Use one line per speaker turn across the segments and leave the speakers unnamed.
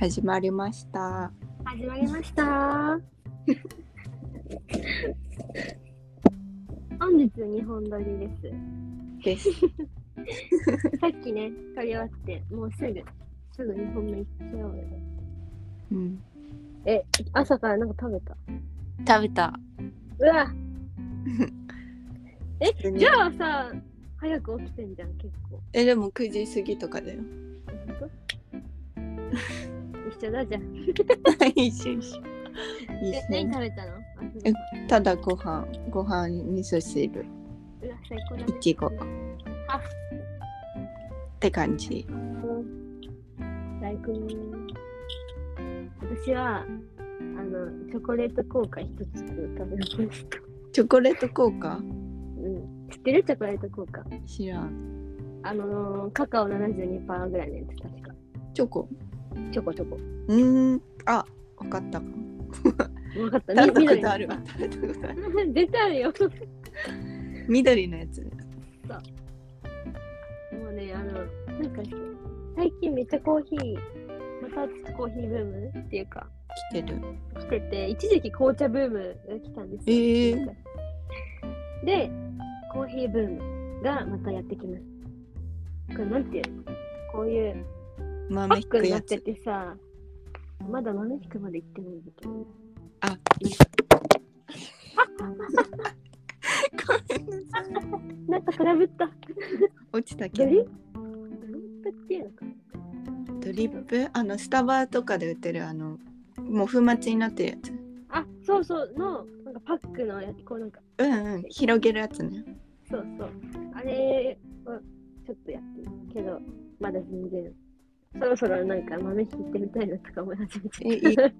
始まりました。
始まりました。本日2本撮りで す。
です。
さっきね、撮り終わって、もうすぐ、すぐ2本目行っちゃおうよ。
うん。
え、朝からなんか食べた
食べた。
うわ え、
に
じゃあさ、早く起きてんじゃん、結 構。
え、でも9時過ぎとか だよ。
一緒だじゃん。
一緒一緒。
え、
一
何
緒。
食べたのあそう
えただご飯、ご飯味噌汁、
うわ、最高だね
い。ちご。っ
あ
て感じ。
大根私はあのチョコレート効果一つ食べました、
チョコレート効果
うん、知ってるチョコレート効果
知らん。
あのーカカオ72%ぐらいのやつ確か
チョコ。
チョコチョコ
うーん。あ、わかったかも。
分かった
食べたこ
緑
と
の
あるわ。食べたことある。
出てあるよ
緑のやつ。
もうねあのなんか最近めっちゃコーヒーまたコーヒーブームっていうか
来てる。
来てて一時期紅茶ブームが来たんですよ、
ええ
でコーヒーブームがまたやってきますこれなんていうのこういうパ
豆引
ック
く
にな
や
って
つ。
てさまだ豆引くまで行ってないんだけど
あ、いい。 ごめんなさい。
なんか空振った
落ちた
ド
けど
リ。ップドリップっていうのか
ドリップあのスタバとかで売ってるあのもう粉末になってるやつ
あそうそうのなんかパックのやつこうなんか
うんうん広げるやつね
そうそうあれはちょっとやってるけどまだ全然そろそろなんか豆引いてみたいなとか思い始め
えい
ち
い
ゃっ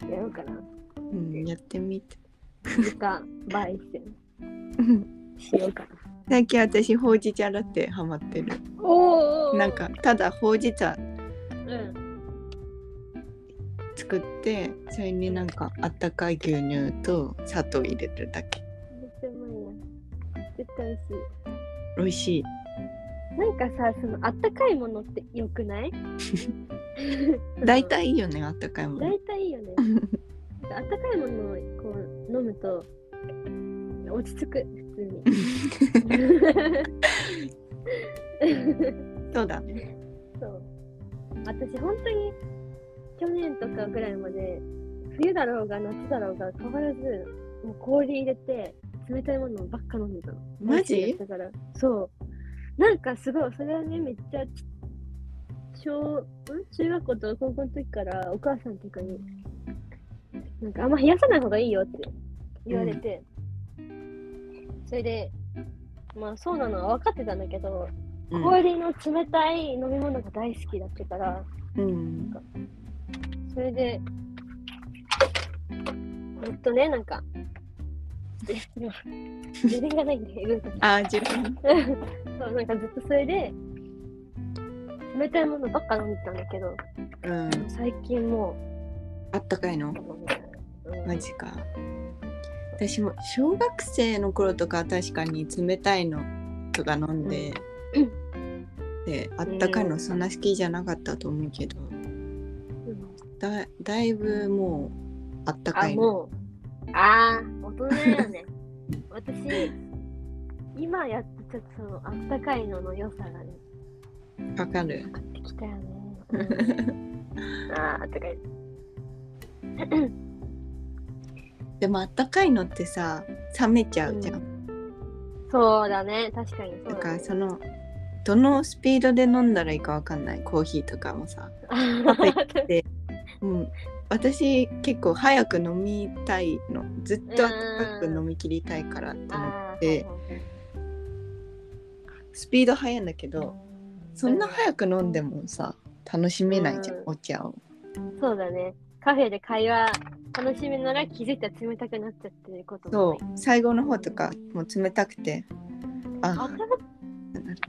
たやろうかな
うんやってみて
とか、バイセン
うん
しようかな。
最近私ほうじ茶ラテハマってる
おお
なん、かただほうじ茶
うん。
作ってそれになんかあったかい牛乳と砂糖入れるだけ
めっちゃうまいやん。絶対美
美味
味し
しい
い。なんかさ、そのあったかいものって良 くない
大体いいよねあったかいもの
大体いいよね。あったかいものをこう飲むと落ち着く、普通に。
そうだね
そう。私、本当に去年とかぐらいまで、冬だろうが夏だろうが変わらず、もう氷入れて、冷たいものばっか飲んでたの。
マジ
美味しいやつだから。そう。なんかすごい、それはね、めっちゃち、小、ん中学校と高校の時からお母さんとかに、なんかあんま冷やさない方がいいよって言われて、それで、まあそうなのは分かってたんだけど、
うん
氷の冷たい飲み物が大好きだったから、
うん
それで、ずっとね、なんか、 で今自然がないんで、うん
あ自分
そう、なんかずっとそれで、冷たいものばっか飲んでたんだけど、
うん
最近も
あったかいの
う、うん
マジか私も小学生の頃とか確かに冷たいのとか飲んで、であったかいのそんな好きじゃなかったと思うけど
うん
だだいぶもうあった
あ、
かいの
もう、ああ、大人だよ ね。私、今やってちょっとその、あったかいのの良さがね、
わかる
買ってきたよ ね。うんああ、あったかい。
でもあったかいのってさ冷めちゃうじゃん、
そうだね、確かにそう
だ
だ、
か
ね。
らそのどのスピードで飲んだらいいかわかんないコーヒーとかもさ、
あ
パパうん、私結構早く飲みたいのずっとあったかく飲み切りたいからって思って
あー
でスピード速いんだけどそんな早く飲んでもさ楽しめないじゃん、
うん
お茶を
そうだね。カフェで会話楽しみなら気づいたら冷たくなっちゃってること
そ
も
う最後の方とかもう冷たくて
あ
あ
ったか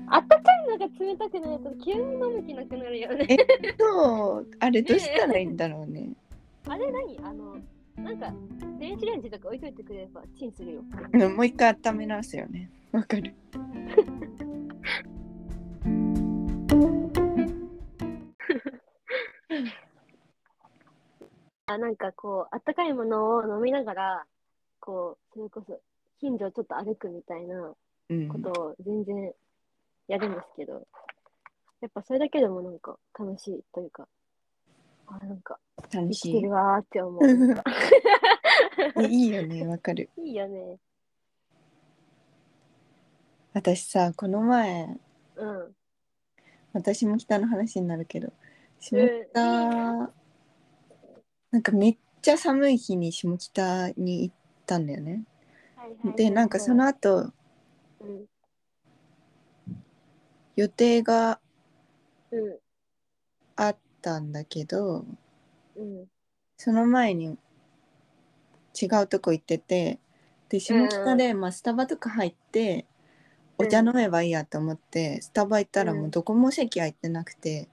あったかいのが冷たくなると急に飲む気なくなるよね。
えそうあれどうしたらいいんだろうね
あれ何あの、なんか電子レンジとか置いといてくれればチンするよ。
うんもう一回温め直すよねわかる
なんかこう、あったかいものを飲みながら、こう、それこそ、近所をちょっと歩くみたいな
うん
ことを全然やるんですけど、やっぱそれだけでもなんか楽しいというか、あ、なんか
楽
生
し
きて
い
るわーって思う。
えいいよねわかる
いいよね。
私さこの前
うん。
私も北の話になるけど下北、
うん
なんかめっちゃ寒い日に下北に行ったんだよね。でなんかその、後
うん
予定が
うん
あったんだけど
うん
その前に違うとこ行っててで下北で、まあ、スタバとか入ってお茶飲めばいいやと思って、スタバ行ったらもうどこも席空いてなくて、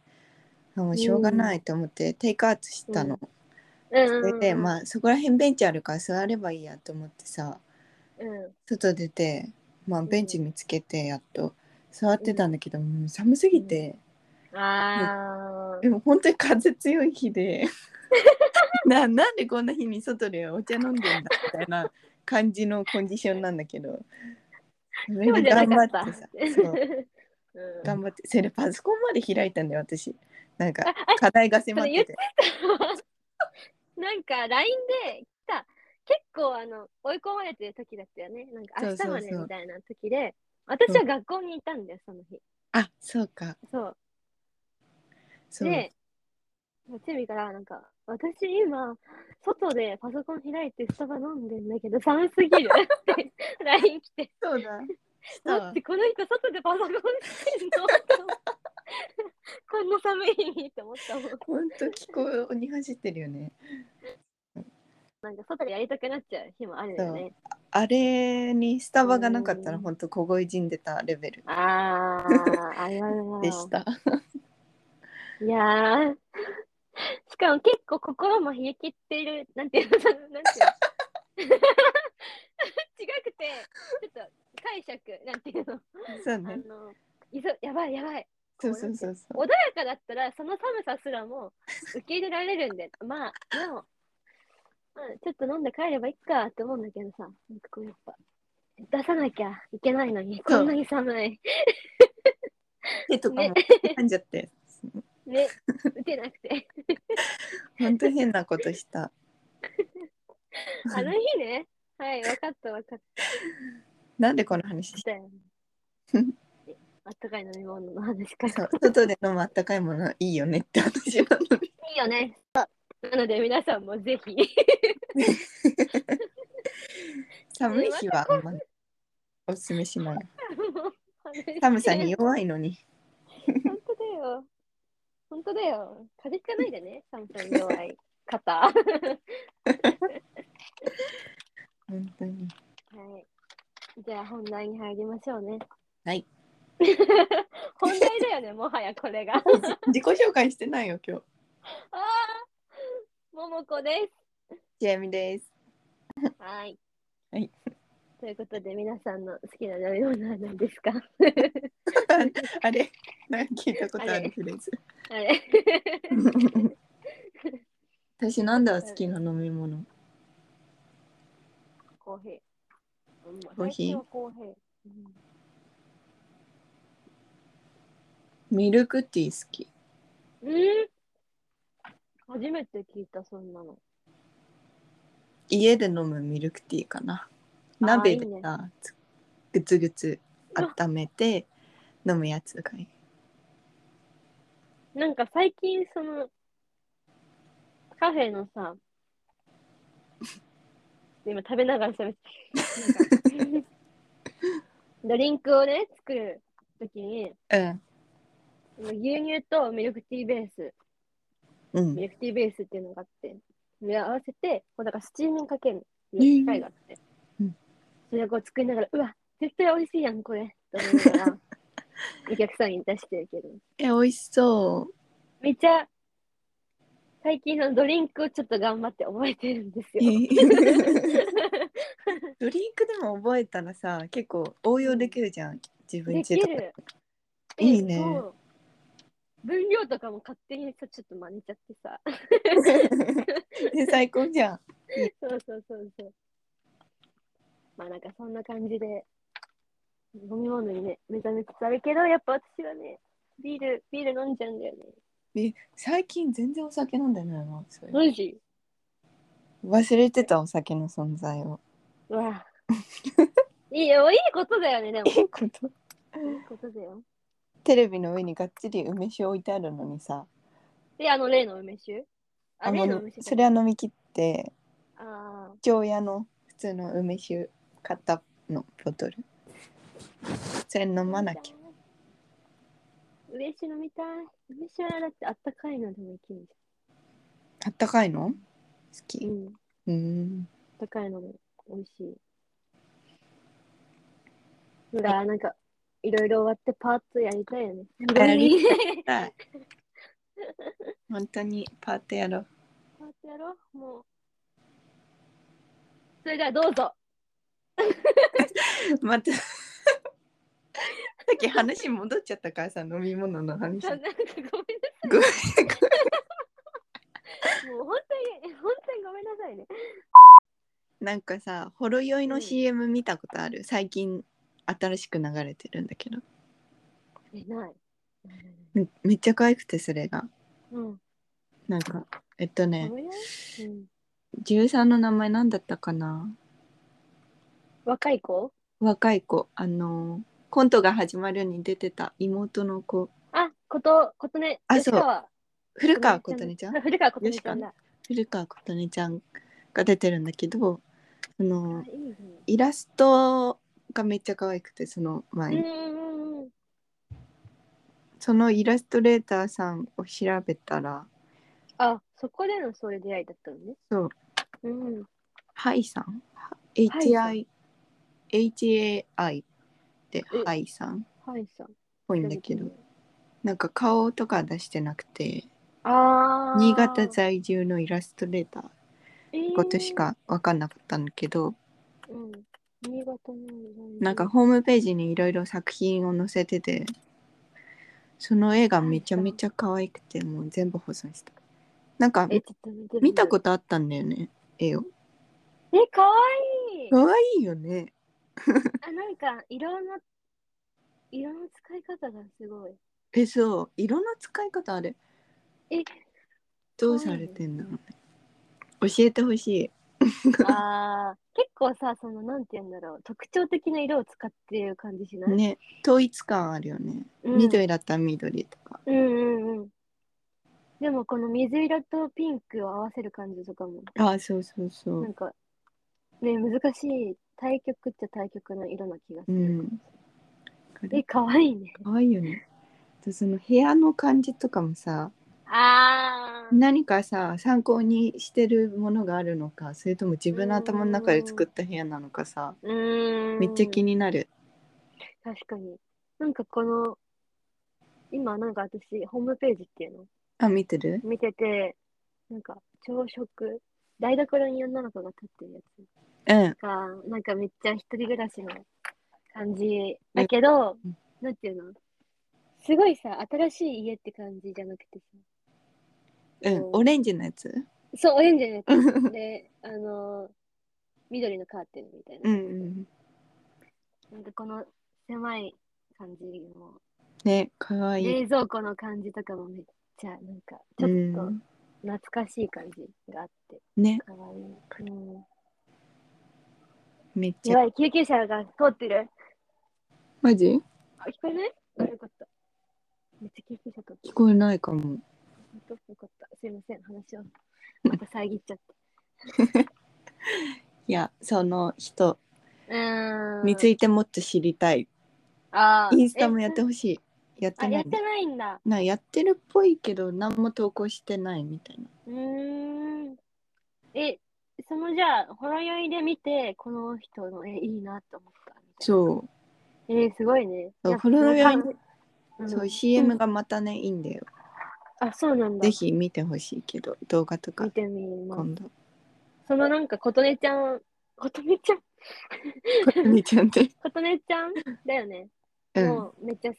あもうしょうがないと思ってテイクアウトしたの。
うん
それで
あ、
まあそこら辺ベンチあるから座ればいいやと思ってさ
うん
外出て、まあ、
ん
ベンチ見つけてやっと座ってたんだけど、もう寒すぎて、
あ
でも本当に風強い日で ななんでこんな日に外でお茶飲んでんだみたいな感じのコンディションなんだけどそ
ー、
れ
今
で
じゃ
頑張
な
っ
かってた
さ。そう
うん
頑張ってそれでパソコンまで開いたんだよ私なんか
あ
課題が迫ってて
なんか LINE で来た結構あの追い込まれてる時だったよねなんか
そ
明
うそう
日
そう
までみたいな時で私は学校にいたんだよその日
あそうか
そう
そう
でチェミからなんか私今外でパソコン開いてスタバ飲んでんだけど寒すぎるって LINE 来て
そう だそう
待ってこの人外でパソコンしてんのこんな寒い日にって思ったもん
本当気候に走ってるよね
なんか外でやりたくなっちゃう日もあるよね
あれにスタバがなかったら
うん
本当凍え死んでたレベル
ああ、あれは
でした。
いやー、しかも結構心も冷え切っている、なんていうの、そのなんていうの。 違くて、ちょっと解釈、なんていうの、
そう
あ
ね。
の、いそやばいやばい。
そうそうそうそう。
穏やかだったら、その寒さすらも受け入れられるんで、まあ、でも、まあ、ちょっと飲んで帰ればいいかって思うんだけどさ、なんかこうやっぱ、出さなきゃいけないのに、こんなに寒い。
手とかも
ね
噛んじゃって、
ね、打てなくて。
本当変なことした。
あの日ね。はい、分かった分かっ
なんでこの話した
よ。あったかい飲み物の話か
た
ら。
そう外で飲むあったかいものいいよねって話なのに。
いいよね。なので皆さんもぜひ。
寒い日はあんまりおすすめしない。
寒
寒さに。弱いのに。
本当だよ。本当だよ。風邪ひかないでね、寒さに弱い方。は
本当に。
い。じゃあ本題に入りましょうね。
はい。
本題だよね、もはやこれが。あ
自己紹介してないよ今日。
あー、ももこです。
ジェミです。
はい。
はい。
ということで、皆さんの好きな飲み物は何ですか
あれ、なんか聞いたことあるフレ ーズ。
あれ
私なんだろう好きな飲み物。
コーヒー。う
コー
ん
ヒー
最近はコーヒー。うん
ミルクティー好き。
えー、初めて聞いた、そんなの。
家で飲むミルクティーかな鍋で
いいね
さつぐつぐつ温めて飲むやつがいい
なんか最近、その、カフェのさ、今食べながら喋って、なんかドリンクをね、作るときに、
うん
牛乳とミルクティーベース
うん
ミルクティーベースっていうのがあって、それを合わせて、こうだからスチームかけるって
え
い
ー
う機械があって、
うん
それをこう作りながら、うわ、絶対美味しいやん、これ、と思いな がら、お客さんに出してるけど、
え美味しそ
めっちゃ、最近そのドリンクをちょっと頑張って覚えてるんです
う
よ。
ドリンクでも覚えたらさ結構応用できるじゃん自分
で
ち
き
とか
る。
いいね
そう分量とかも勝手にさ、ちょっと真似ちゃってさ。
で最高じゃん。
そうそうそうそう。まあなんかそんな感じで、飲み物にね、目覚めつつあるけど、やっぱ私はね、ビール、ビール飲んじゃうんだよね。
え最近全然お酒飲んでないな。それ
マジ
忘れてたお酒の存在 を。
うわ。いいよ、いいことだよね、でも。い
いいこと
いことだよ。
テレビの上にがっつり梅酒置いてあるのにさ、
で、あの例の梅酒あ、
あ
例
の
の梅酒
それは飲み切って、
あー
京屋の普通の梅酒買ったのボトル。それ飲まなきゃ。。
梅酒飲みたい。梅酒はだってあったかいのでもいける
あったかいの好き。
じゃん。うん。あっ
うーん。
たかいのも美味しい。ほら、なんか、いろいろ終わってパートやりたいよね。
やり本当にパートやろう。
パートやろうもう。それではどうぞ。
またさっき話戻っちゃったからさ飲み物の話
あなんかごめんな
ごめん
さい。もう本当に、本当にごめんなさいね。
なんかさほろ酔いの CM 見たことある最近新しく流れてるんだけど
え、ない。
めめっちゃ可愛くてそれが
うん。
なんかえっとね
ごめんなさいうん。
13の名前なんだったかな
若い子
若い子あのコントが始まるに出てた妹の子
あ、こと、ことね。
あ
吉川
古川琴音ち ゃん
古川琴音ちゃんだ。
古川琴音ちゃんが出てるんだけどあの
あいいね
イラストがめっちゃ可愛くてその前に、
うんうんうん。
そのイラストレーターさんを調べたら
あ、そこでのそういう出会いだったのね。
そう
うん。
ハイさんは
ハ
HI HAI で
え
ハイさんっ
はいさ。
ぽいんだけどなんか顔とか出してなくて
ああ。
新潟在住のイラストレーターことし
え
か分かんなかったんだけど、
ー。うん。新潟の。
なんか。ホームページにいろいろ作品を載せててその絵がめちゃめちゃ可愛くてもう全部保存したなんか
え、ちょっと見てみる
見たことあったんだよね絵を
え、かわいい。
可愛いよね
あ、なんか、色の。色の使い方がすごい。
えそう色の使い方あれ
え、
どうされてんだろうね教えてほしい
ああ。結構さ、その、なんて言うんだろう。特徴的な色を使ってる感じしない。
ね統一感あるよね、
うん。
緑だったら緑とか
うんうんうん。でもこの水色とピンクを合わせる感じとかも、
ああそうそうそ
な
うん
か、ね、難しい対極っちゃ対極の色な気がす
う
る。
んあ
え、
れ
かわいいね。
可愛いよねあとその部屋の感じとかもさ
あー。
何かさ参考にしてるものがあるのかそれとも自分の頭の中で作った部屋なのかさ
うーん。
めっちゃ気になる
確かに。なんかこの、今なんか私、ホームページっていうの
あ見てる
見てて、なんか朝食、台所に女の子が立ってるやつ。
うん
か、なんかめっちゃ一人暮らしの感じだけど
うん、
なんていうのすごいさ、新しい家って感じじゃなくてさ、
うんオレンジのやつ
そう、オレンジのや
う
つで、あの、緑のカーテンみたいな。
うんうん
なんかこの狭い感じも、
ね可愛い
冷蔵庫の感じとかもめっちゃ、なんか、ち
う
ょっと
ん
懐かしい感じがあって、
ね
かわいい。うん
めっち
や
ゃ
ばい、救急車が通ってる。
マジ
あ、聞こえないあ、よかった。めっちゃ救急車通ってる
聞。こえないかも
本当よかった。すいません、話を。また遮っちゃっ
いやその人
た。う
につ
い
いてもっと知りたい、
あ
インスタもやってほしいやって
あ、
な
やっ
い
てないんだ。
なやってるっぽいけど何も投稿してないみたいな
うーん。え、そのじゃあ、ほろ酔いで見て、この人の絵いいなと思ったみたいな。
そう
えーすごいね。
そう
やっぱ
ほろ酔い
その感うん
そう CM がまたねいいんだよ
あ、そうなんだ。
ぜひ見てほしいけど動画とか
見てみます。
今度
そのなんか、琴音ちゃん、琴音ちゃん、
見ちゃって
琴音ちゃんだよね。
うん
もうめっちゃ好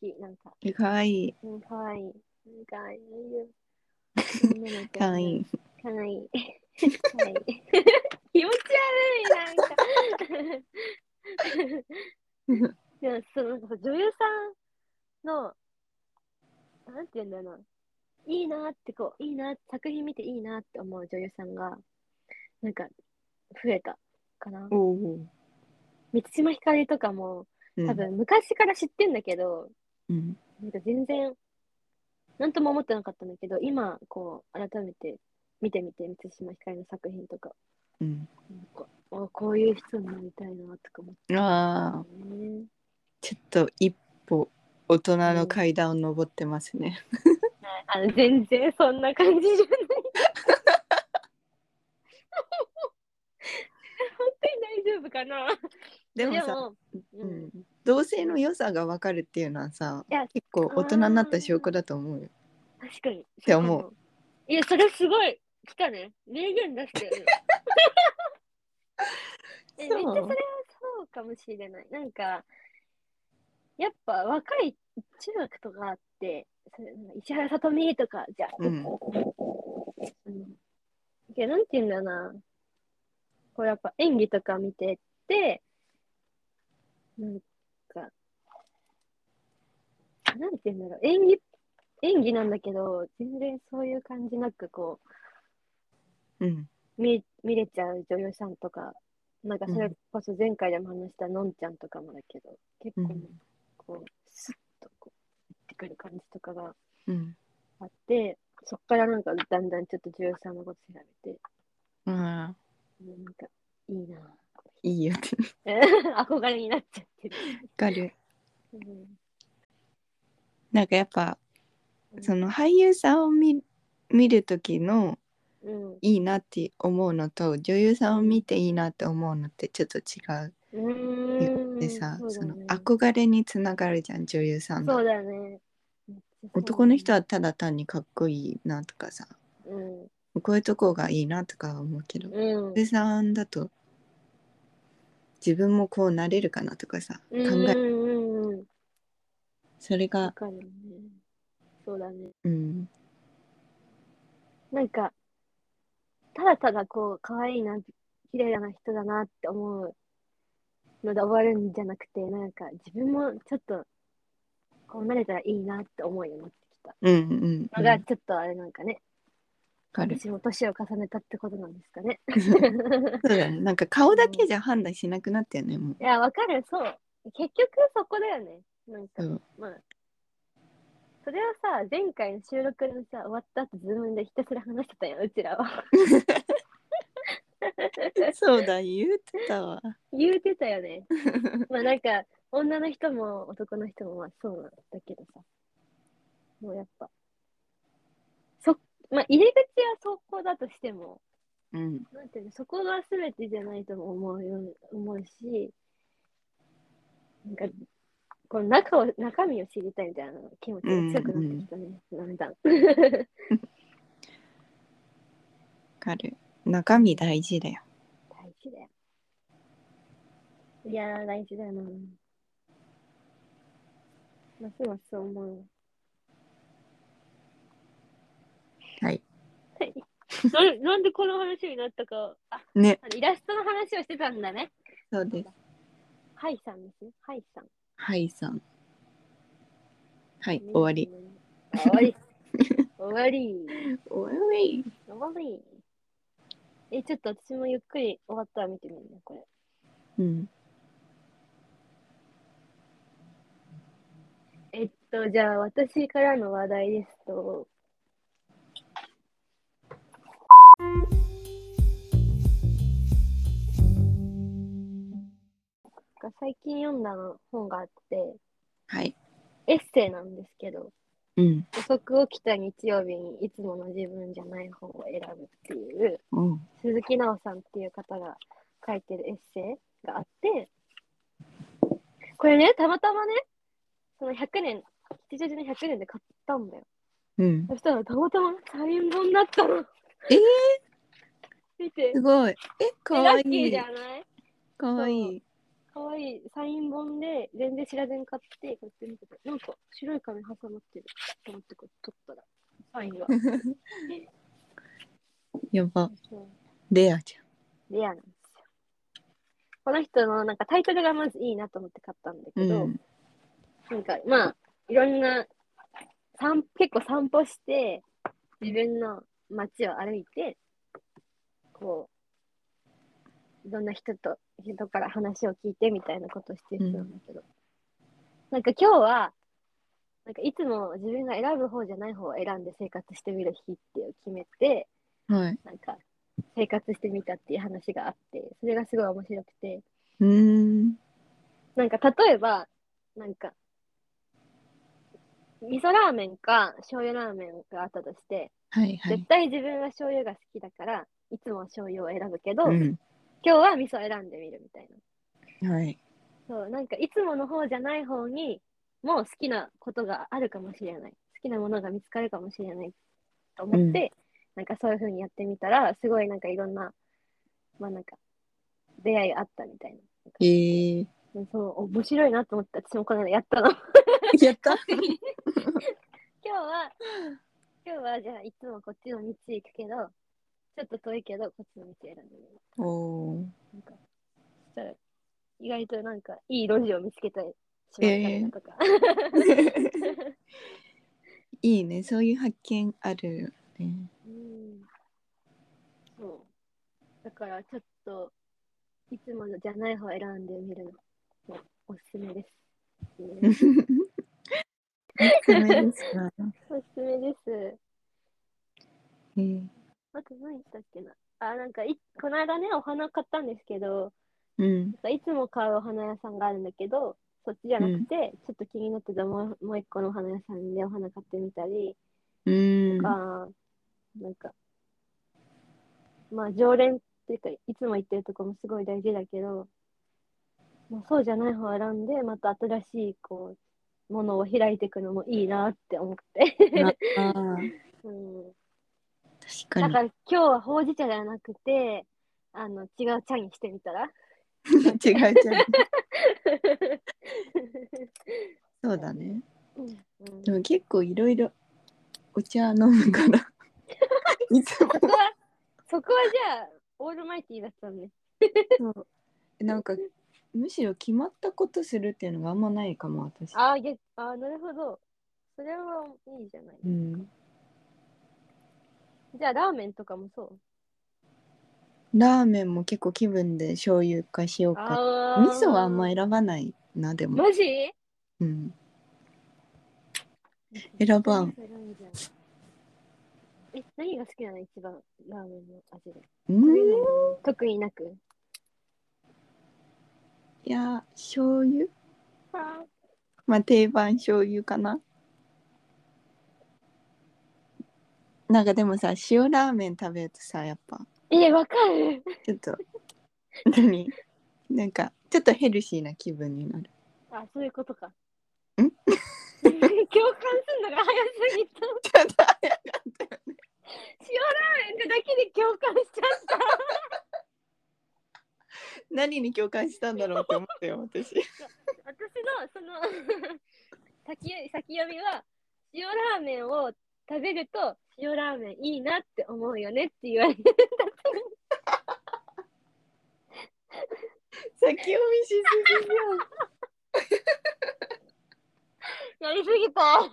き。なんか、
えかわいい。
うん、かわいい。かわいい。女の子
かわいい。
かわいい。かわいい。気持ち悪い、なんか。でも、そのなんかさ女優さんの、なんて言うんだろうな。いいなってこう、いいな、作品見ていいなって思う女優さんが、なんか、増えたかな。
おお。
満島ひかりとかも、
うん
多。分昔から知ってんだけど、
うん。
なんか全然、なんとも思ってなかったんだけど、今、こう、改めて見てみて、満島ひかりの作品とか、
うん。
なんかあこういう人になりたいなとか思って
ああ、
ね。
ちょっと一歩大人の階段を登ってますね。
あの全然そんな感じじゃない。本当に大丈夫かな
でもさ、
でも
う
うん、
ん、同性の良さが分かるっていうのはさ
いや、
結構大人になった証拠だと思うよ。
確かに。って
思う
う。いや、それすごい。来たね。名言出して る。えめっちゃそれはそうかもしれない。なんか、やっぱ若い中学とかあって、それなんか石原さとみとかじゃん。
うん。
うん、けどなんて言うんだろうな。こうやっぱ演技とか見てって、なんか、なんて言うんだろう。演技、演技なんだけど、全然そういう感じなくこ
うん。
う、見見れちゃう女優さんとか、なんかそれ
うん
こそ前回でも話したのんちゃんとかもだけど、結
う
構
ん
こう、スッとこう、ってくる感じとかが
うん。
あって、そっからなんかだんだんちょっと女優さんのこと調べて、
ああ、
なんか、いいな。
いいよって。分
憧れになっちゃってる。
かる。
うん
なんかやっぱその俳優さんを見見る時の
うん。
いいなって思うのと女優さんを見ていいなって思うのってちょっと違
う。
うんでさ、
そ
そうの
だね。
憧れにつながるじゃん女優さんの
そうだね。
男の人はただ単にかっこいいなとかさ
うん。
こういうとこがいいなとかは思うけど
うん。
女優さんだと自分もこうなれるかなとかさ考
うん。
え
うんうん。
それ
わ
が
かるね。そうだね。
うん
なんか、ただただこう、可愛いな、綺麗な人だなって思うので終わるんじゃなくて、なんか自分もちょっと、こうなれたらいいなって思うようになってきた
うんうんう
の
ん
が、
わ
ちょっとあれなんかね、
かる
私も年を重ねたってことなんですかね。
そうだねなんか顔だけじゃ判断しなくなったよねもう
いや、わかる、そう。結局そこだよね。なんか、
うん
まあ。それはさ、前回の収録のさ、終わった後、ズームでひたすら話してたよ、うちらは。
そうだ言うてたわ
言うてたよ ね。まあなんか、女の人も男の人もまあそうなんだけどさ。もうやっぱ。そ、まあ入り口はそこだとしても、
うん
なんていうの、そこが全てじゃないとも思うよう、思うし、なんか、この中を、中身を知りたいみたいな気持ちが強くなってきたね、だんだん。
わかる中身大事だよ
大事だよ。いやー、大事だよな。ますます思う。
はい
なんなんでこの話になったか、あ、
ね
あのイラストの話をしてたんだね。
そうです
ハイさんですね。ハイさん。
はいさんはい終わり。
あ終 わり。終わり。
終わり
やばい。え、ちょっと私もゆっくり終わったら見てみるね、これ。
うん
えっと、じゃあ私からの話題ですと。なんか最近読んだの本があって、
はい
エッセイなんですけど、
うん
遅く起きた日曜日にいつもの自分じゃない方を選ぶっていう
おう
鈴木奈緒さんっていう方が書いてるエッセイがあってこれねたまたまねその100年吉祥寺の100年で買ったんだよ
うん
そしたらたまたまサイン本だったの
えー
見て
すごいえか
ラ
わい
ッキー
い
じゃない
かわいい
可可愛いサイン本で全然知らずに買って、こうやって見てて、なんか白い紙挟まってると思ってこう取ったら、サ インが。
やば。レアじ
レアなんですよ。この人のなんかタイトルがまずいいなと思って買ったんだ
ゃ
け
ん。う
ど、
ん。
なんかまあいろんな散結構散歩して自分の街を歩いてこういろんな人と人から話を聞いてみたいなことをしてる人なんだけど、なんか今日はなんかいつも自分が選ぶ方じゃない方を選んで生活してみる日っていう決めて
はい。
なんか生活してみたっていう話があってそれがすごい面白くて。
うーん。
なんか例えば、なんか、味噌ラーメンか醤油ラーメンがあったとして、
はいはい
絶。対自分は醤油が好きだから、いつも醤油を選ぶけど、
うん。
今日は味噌選んでみるみたいな。
はい。
そう、なんかいつもの方じゃない方に、もう好きなことがあるかもしれない。好きなものが見つかるかもしれないと思って、なんかそういう風にやってみたら、すごいなんかいろんな、まあなんか、出会いがあったみたいな。
えー。
そう、面白いなと思って、私もこの間やったの。
やった。
今日は、今日はじゃあいつもこっちの道行くけど、ちょっと遠いけど、こっちの道選んでみる。
おお。
なんか、そしたら、意外となんか、いい路地を見つけたりしまったりだとか。
いいね。そういう発見あるよね。
うんそう。だから、ちょっと、いつものじゃない方を選んでみるのもおすすめです。
おすすめですか。
おすすめです。
えー
あと何したっけな。あ、なんかい、この間ね、お花買ったんですけど、
うん。
なんかいつも買うお花屋さんがあるんだけど、そっちじゃなくて、ちょっと気になってたもうもう一個のお花屋さんでお花買ってみたり、
うーん。
あーなんか、まあ常連っていうか、いつも行ってるとこもすごい大事だけど、もうそうじゃない方を選んで、また新しいこう、ものを開いていくのもいいなって思って。
ああ。
うん
確か
だ
に
か。ら今日はほうじ茶じゃなくて、あの違う茶にしてみたら
違う違う。そうだね。
うん
でも結構いろいろお茶飲むから。いつも
そこは、そこはじゃあ、オールマイティーだったんで。
そうなんかむしろ決まったことするっていうのがあんまないかも私。
ああ、げあーなるほど。それはいいじゃない。
うん、
じゃあ、ラーメンとかもそう。
ラーメンも結構気分で醤油か塩か。
ああ。
味噌はあんま選ばないなでも。
マジ
うん、選ばん。
選んじゃうえ、何が好きなの一番ラーメンの味で。
う
食
ん
べないの特になく。
いや醤油
あ
まあ定番醤油かな。なんかでもさ塩ラーメン食べるとさやっぱ
え、わかる。
ちょっと何なんかちょっとヘルシーな気分になる。
あ、そういうことか。
ん
共感するのが早すぎた。
ちょっと早かったよね
塩ラーメンってだけで共感しちゃった。
何に共感したんだろうって思ったよ私
私のその 先先読みは塩ラーメンを食べると塩ラーメンいいなって思うよねって言われて
先読みしすぎじ
やりすぎた
ゃん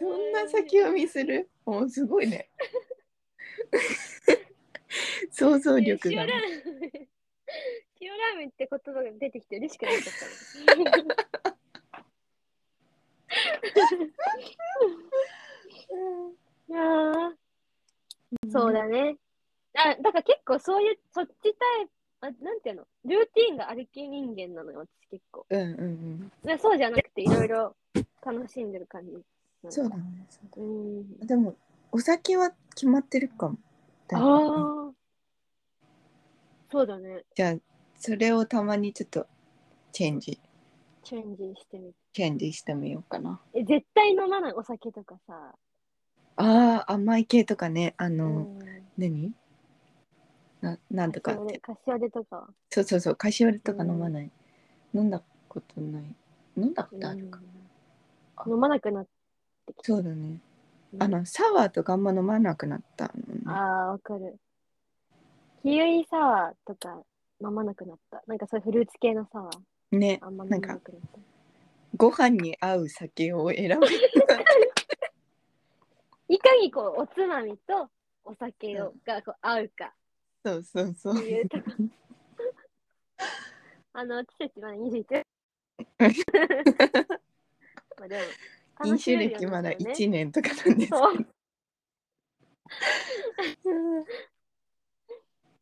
そんな先読みするもうすごいね想像力が
塩
ね
ラーメン 塩ラーメンって言葉が出てきて嬉しくなっちゃったのいや ーそうだね。あだから結構そういう、そっちタイプ、あなんていうの、ルーティーンが歩き人間なのよ、私結構。
うんうんうん
いやそうじゃなくて、いろいろ楽しんでる感じ。
そうだね
うん。
でもお酒は決まってるかも
ああ。そうだね。
じゃあそれをたまにちょっとチェンジ
チェンジしてみて。
チェンジしてみようかな
え、絶対飲まないお酒とかさ。
あー甘い系とかねあ
う
の、
ん
何ななんとかっ
カシオレ
て
カシオレとかは。
そうそうそうカシオレとか飲まない、飲んだことない飲んだことあるか、
うん飲まなくなってきた。
そうだねあのサワーとかあんま飲まなくなった
あ
のね
あ、わかる。キウイサワーとか飲まなくなった。なんかそういうフルーツ系のサワー
ね
あんま飲
なん
まな
か
くなっ
ご飯に合う酒を選ぶ
た。いかにこうおつまみとお酒をがこう合うか
そうそうそ
っ
う
ていうとこ。 あの、私たちまだ21。まあでも
飲酒歴まだ
楽しめるようにな
1年
ったよね
とかなんですけど
そう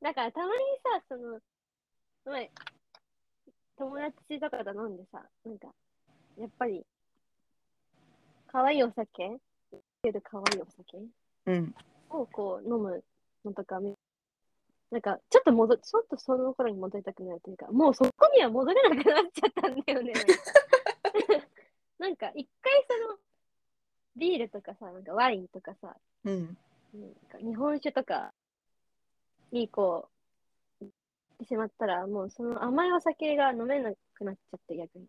だからたまにさ、その、前、友達とかと飲んでさ、なんか、やっぱり、可愛いお酒、けど可愛いお酒
うん
をこう飲むのとか見、なんか、ちょっと戻、ちょっとその頃に戻りたくなるというか、もうそこには戻れなくなっちゃったんだ よね。なんか、一回その、ビールとかさ、なんかワインとかさ、
うん
なんか日本酒とかにこう行ってしまったらもうその甘いお酒が飲めなくなっちゃって逆に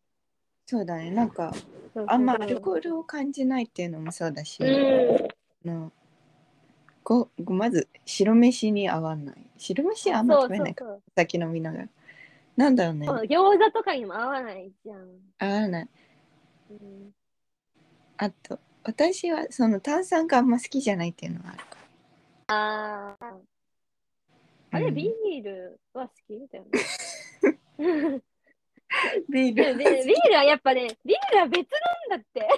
そうだねなんか
そうそう
あんまアルコールを感じないっていうのもそうだし、
うん
あのごごまず白飯に合わない白飯はあんま
そ
食
う
べ
そ
な
う
いか
そう
ら酒飲みながらなんだろうね
そう餃子とかにも合わないじゃん、
合わない
うん、
あと私はその炭酸があんま好きじゃないっていうのがあるから
あーあれ、
うん
ビールは好き だよね
ビー
で
ル
ビールはやっぱねビールは別なんだって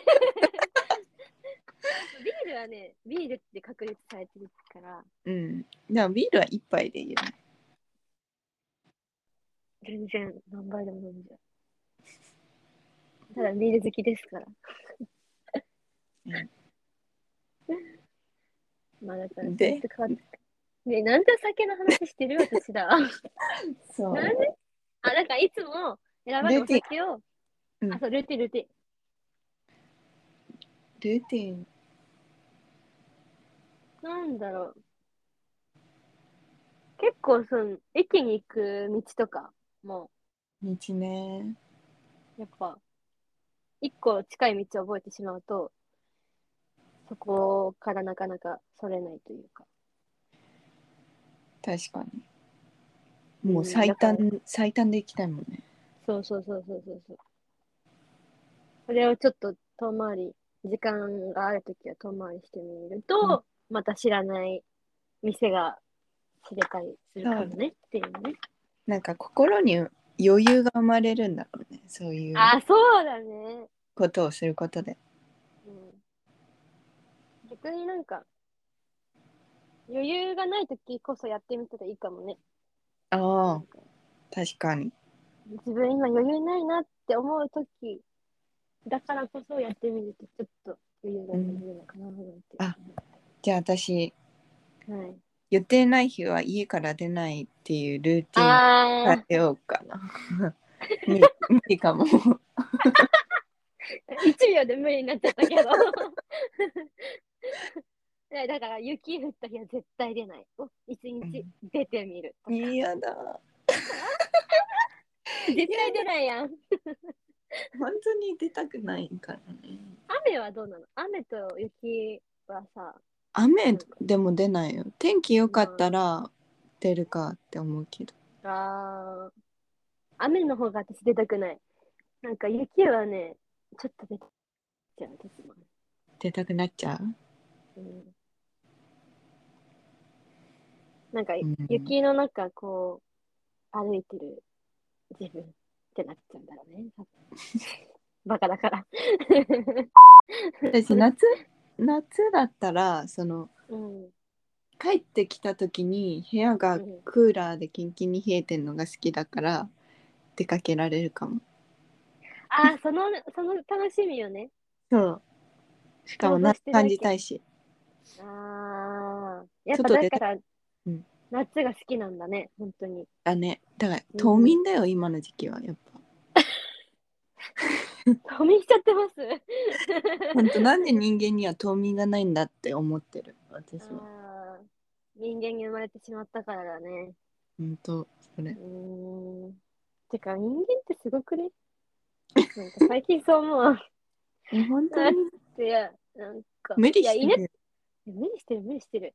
ビールはねビールって確立されてるから
うんでもビールは一杯でいいよね
全然何杯でも飲んじゃう。ただビール好きですから。 まあだから、
で
ちょっと変わってねなんでお酒の話してる私だ。なん
そう
であ、なんかいつも選ばれるお酒を、
ルーティンうん
あ、そう、ルーティン、ルーテ
ルーティン
ィン。なんだろう。結構、その、駅に行く道とかも、
日ね
やっぱ、一個近い道を覚えてしまうと、そこからなかなかそれないというか。
確かにもう最短、
うん
最短で行きたいもんね
そうそうそうそうそうそう。それをちょっと遠回り、時間があるときは遠回りしてみると、また知らない店が知れたりするかもねっていうね。
なんか心に余裕が生まれるんだろうねそういう
あ、そうだね。
ことをすることで
うん、逆になんか、余裕がないときこそやってみたらいいかもね。
ああ確かに
自分今余裕ないなって思うときだからこそやってみると、ちょっと余裕が出るのかななんて。
あじゃあ私
はい。
予定ない日は家から出ないっていうルーティンを
ああ
立、てようかな 無理無理かも
1秒で無理になっちゃったけど。 ねだから雪降った日は絶対出ない。お一日出てみる。
嫌だ
絶対出ないやん。
本当に出たくないからね
雨はどうなの雨と雪はさ、
雨でも出ないよ天気良かったら出るかって思うけど
あー雨の方が私出たくない。なんか雪はね、ちょっと出ちゃう私も。
出たくなっちゃう、
うんなんか
うん
雪の中こう歩いてる自分ってなっちゃうんだろうね。バカだから。
私夏夏だったらその
うん、うん
帰ってきた時に部屋がクーラーでキンキンに冷えてるのが好きだから出かけられるかも
ああ、その、その楽しみよね。
そうしかも夏感じたいし
ああ、やっぱ
外
だ
出た
から、
うん
夏が好きなんだね、本当に。
だねだから冬眠だよ、今の時期はやっぱ
冬眠しちゃってます。
本当なんで人間には冬眠がないんだって思ってる私は
あー人間に生まれてしまったからだね。
本当それ
うーんてか人間ってすごくねなんか最近そう思うわ
本当 に
いやなんか
無理
いや
して
犬
る
無理してる無理してる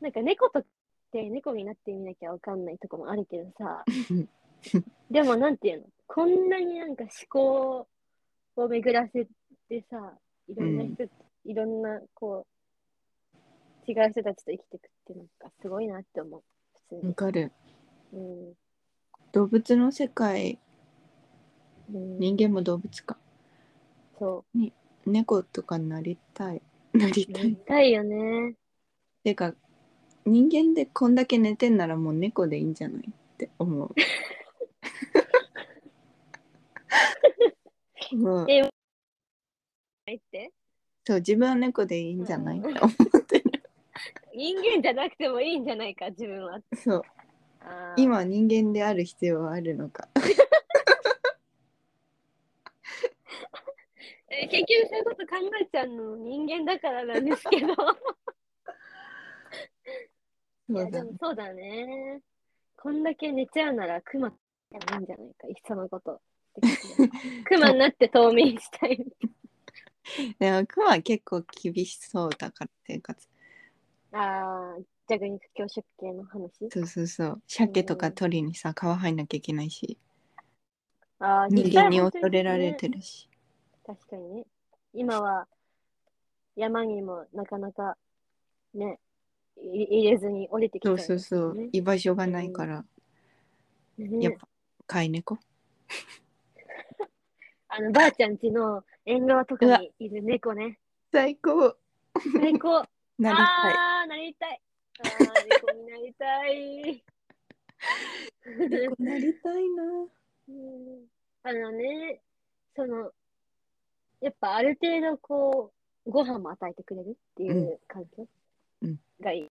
なんか猫とって猫になってみなきゃわかんないとこもあるけど さでもなんていうのこんなになんか思考を巡らせてさいろんな人、いろんなこう違う人たちと生きていくってなんかすごいなって思う普通
わ
に、
かる
うん
動物の世界
うん
人間も動物か
そ
猫とかなりたいなり
う
た、
ないりたいよね
てか人間でこんだけ寝てんならもう猫でいいんじゃないって思 うもう
え入って
そう自分は猫でいいんじゃないって思ってる
人間じゃなくてもいいんじゃないか自分は
そう
あー
今人間である必要はあるのか
えー結局そういうこと考えちゃうの人間だからなんですけどい
そ
や
う
で
だ
もそうだねこんだけ寝ちゃうならクマでもいいんじゃないかいっそ のことクマになって冬眠したい
でもクマは結構厳しそうだから生活
ああ弱肉強食系の話
そうそうそう鮭とか鳥にさ皮入んなきゃいけないし
あー
人間に
実際
恐れられてるし
本当にね確かにね今は山にもなかなかねい入れずに降りてきちゃ
そううそうそう
ね
居場所がないから
ね
やっぱ飼い猫
あのばあちゃん家の縁側と
う
か
わ
にいる 猫ね
最高
最高
なりたい
ああ、なりたい。ああ、猫になりたい。
猫なりたいな
うんあのね、その、やっぱある程度こう、ご飯も与えてくれるっていう環境
うん
がいい。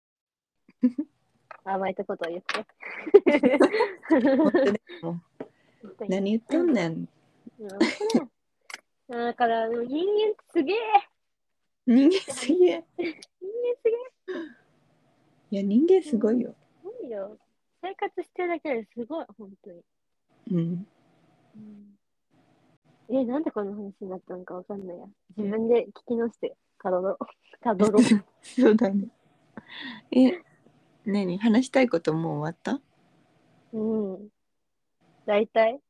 甘えたことを 言って。
本当ねもう何言っとんねん
うんだから、人間すげえ
人間すげえ
人間すげえ
いや人間すごいよ
すごいよ。生活してるだけですごい、本当に。
うん
うんえ、なんでこの話になったのかわかんないや。自分で聞き直して、たどろう。たどろう。
そうだねえ何話したいこともう終わった
うん。大体。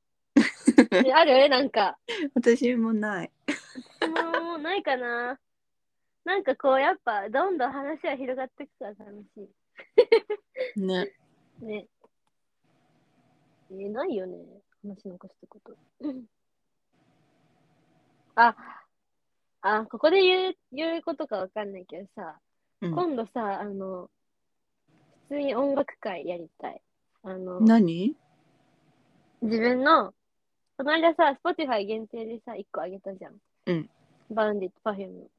えあるなんか。
私もない
質問もうないかな。なんかこう、やっぱ、どんどん話は広がってくから楽し
ね
い。ね。え、ないよね。話残したこと。 うんあ、あ、ここで言う、言うことかわかんないけどさ。
うん
今度さあの普通に音楽会やりたいあの
何
自分のこの間さ Spotify 限定でさ1個あげたじゃん、
うん、
バウンディット Perfume の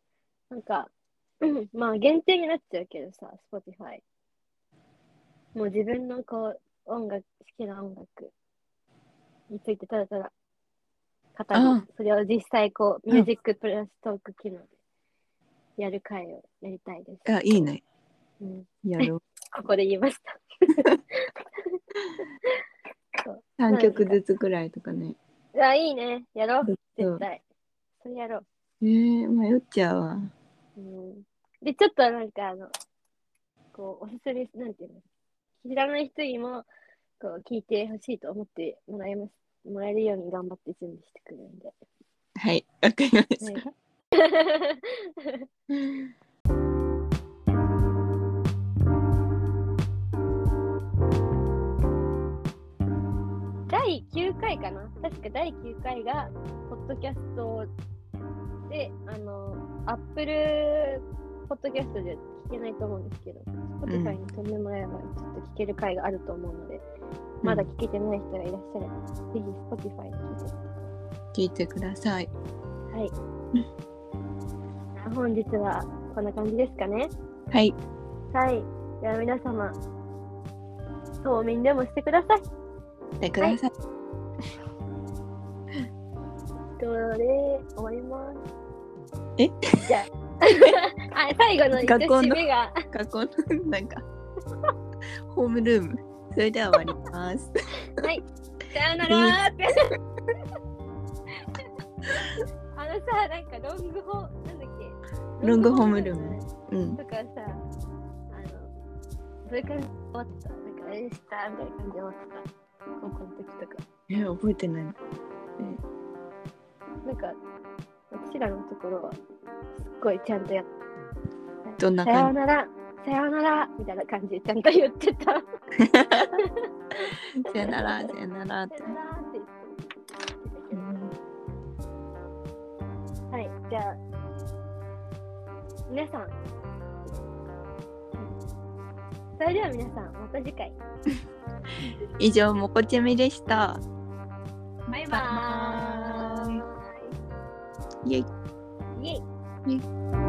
なんか、うん、まあ限定になっちゃうけどさ Spotify もう自分のこう音楽好きな音楽についてただただ語
あ
りそれを実際こう
うん
ミュージックプラストーク機能でやる会をやりたいです、
あいいね
うん
やろう
ここで言いました。
三曲ずつくらいとかね
うわ、いいね。やろう。
そう
絶対。それやろ
えー、迷っちゃうわ
う。うん、で、ちょっとなんか、あの、こう、おすすめ、なんていうの、知らない人にも、こう、聞いてほしいと思ってもらえます。もらえるように頑張って準備してくるんで。
はいわかりました
はい第9回かな確か第9回が、ポッドキャストで、あの、アップルポッドキャストで聞けないと思うんですけど、Spotify に飛んでもらえば、ちょっと聞ける回があると思うので、まだ聞けてない人がいらっしゃれば、ぜひ Spotify で聞いてくださ
聞
い。
いてください
はい。本日はこんな感じですかね。
はい
はい。では皆様、冬眠でもしてください。
してください、
ということで、終わります。
え
じゃ あ、あ最後の一応
学校の
締めが。
学校のなんかホームルームそれでは終わります。
さよならーって。 あのさ、なんかロングホー、なんだっけ。
ロングホームルーム。うん。
とかさ、あの、そういう感じで終わってた。なんか、あれでしたみたいな感じで終わってた。高校の時とか。
え、覚えてない。
なんか、私らのところは、すっごいちゃんとやっ
どんな
さよう
感
なら、さようなら、みたいな感じでちゃんと言って た。さよ
じさよなら、さよならって。
うならって言ってたけど。はい、じゃあ、皆さん。それでは皆さん、また次回。
以上、もこちゃみでした。
バイ
バ
バーイ。
イェイ
イェイ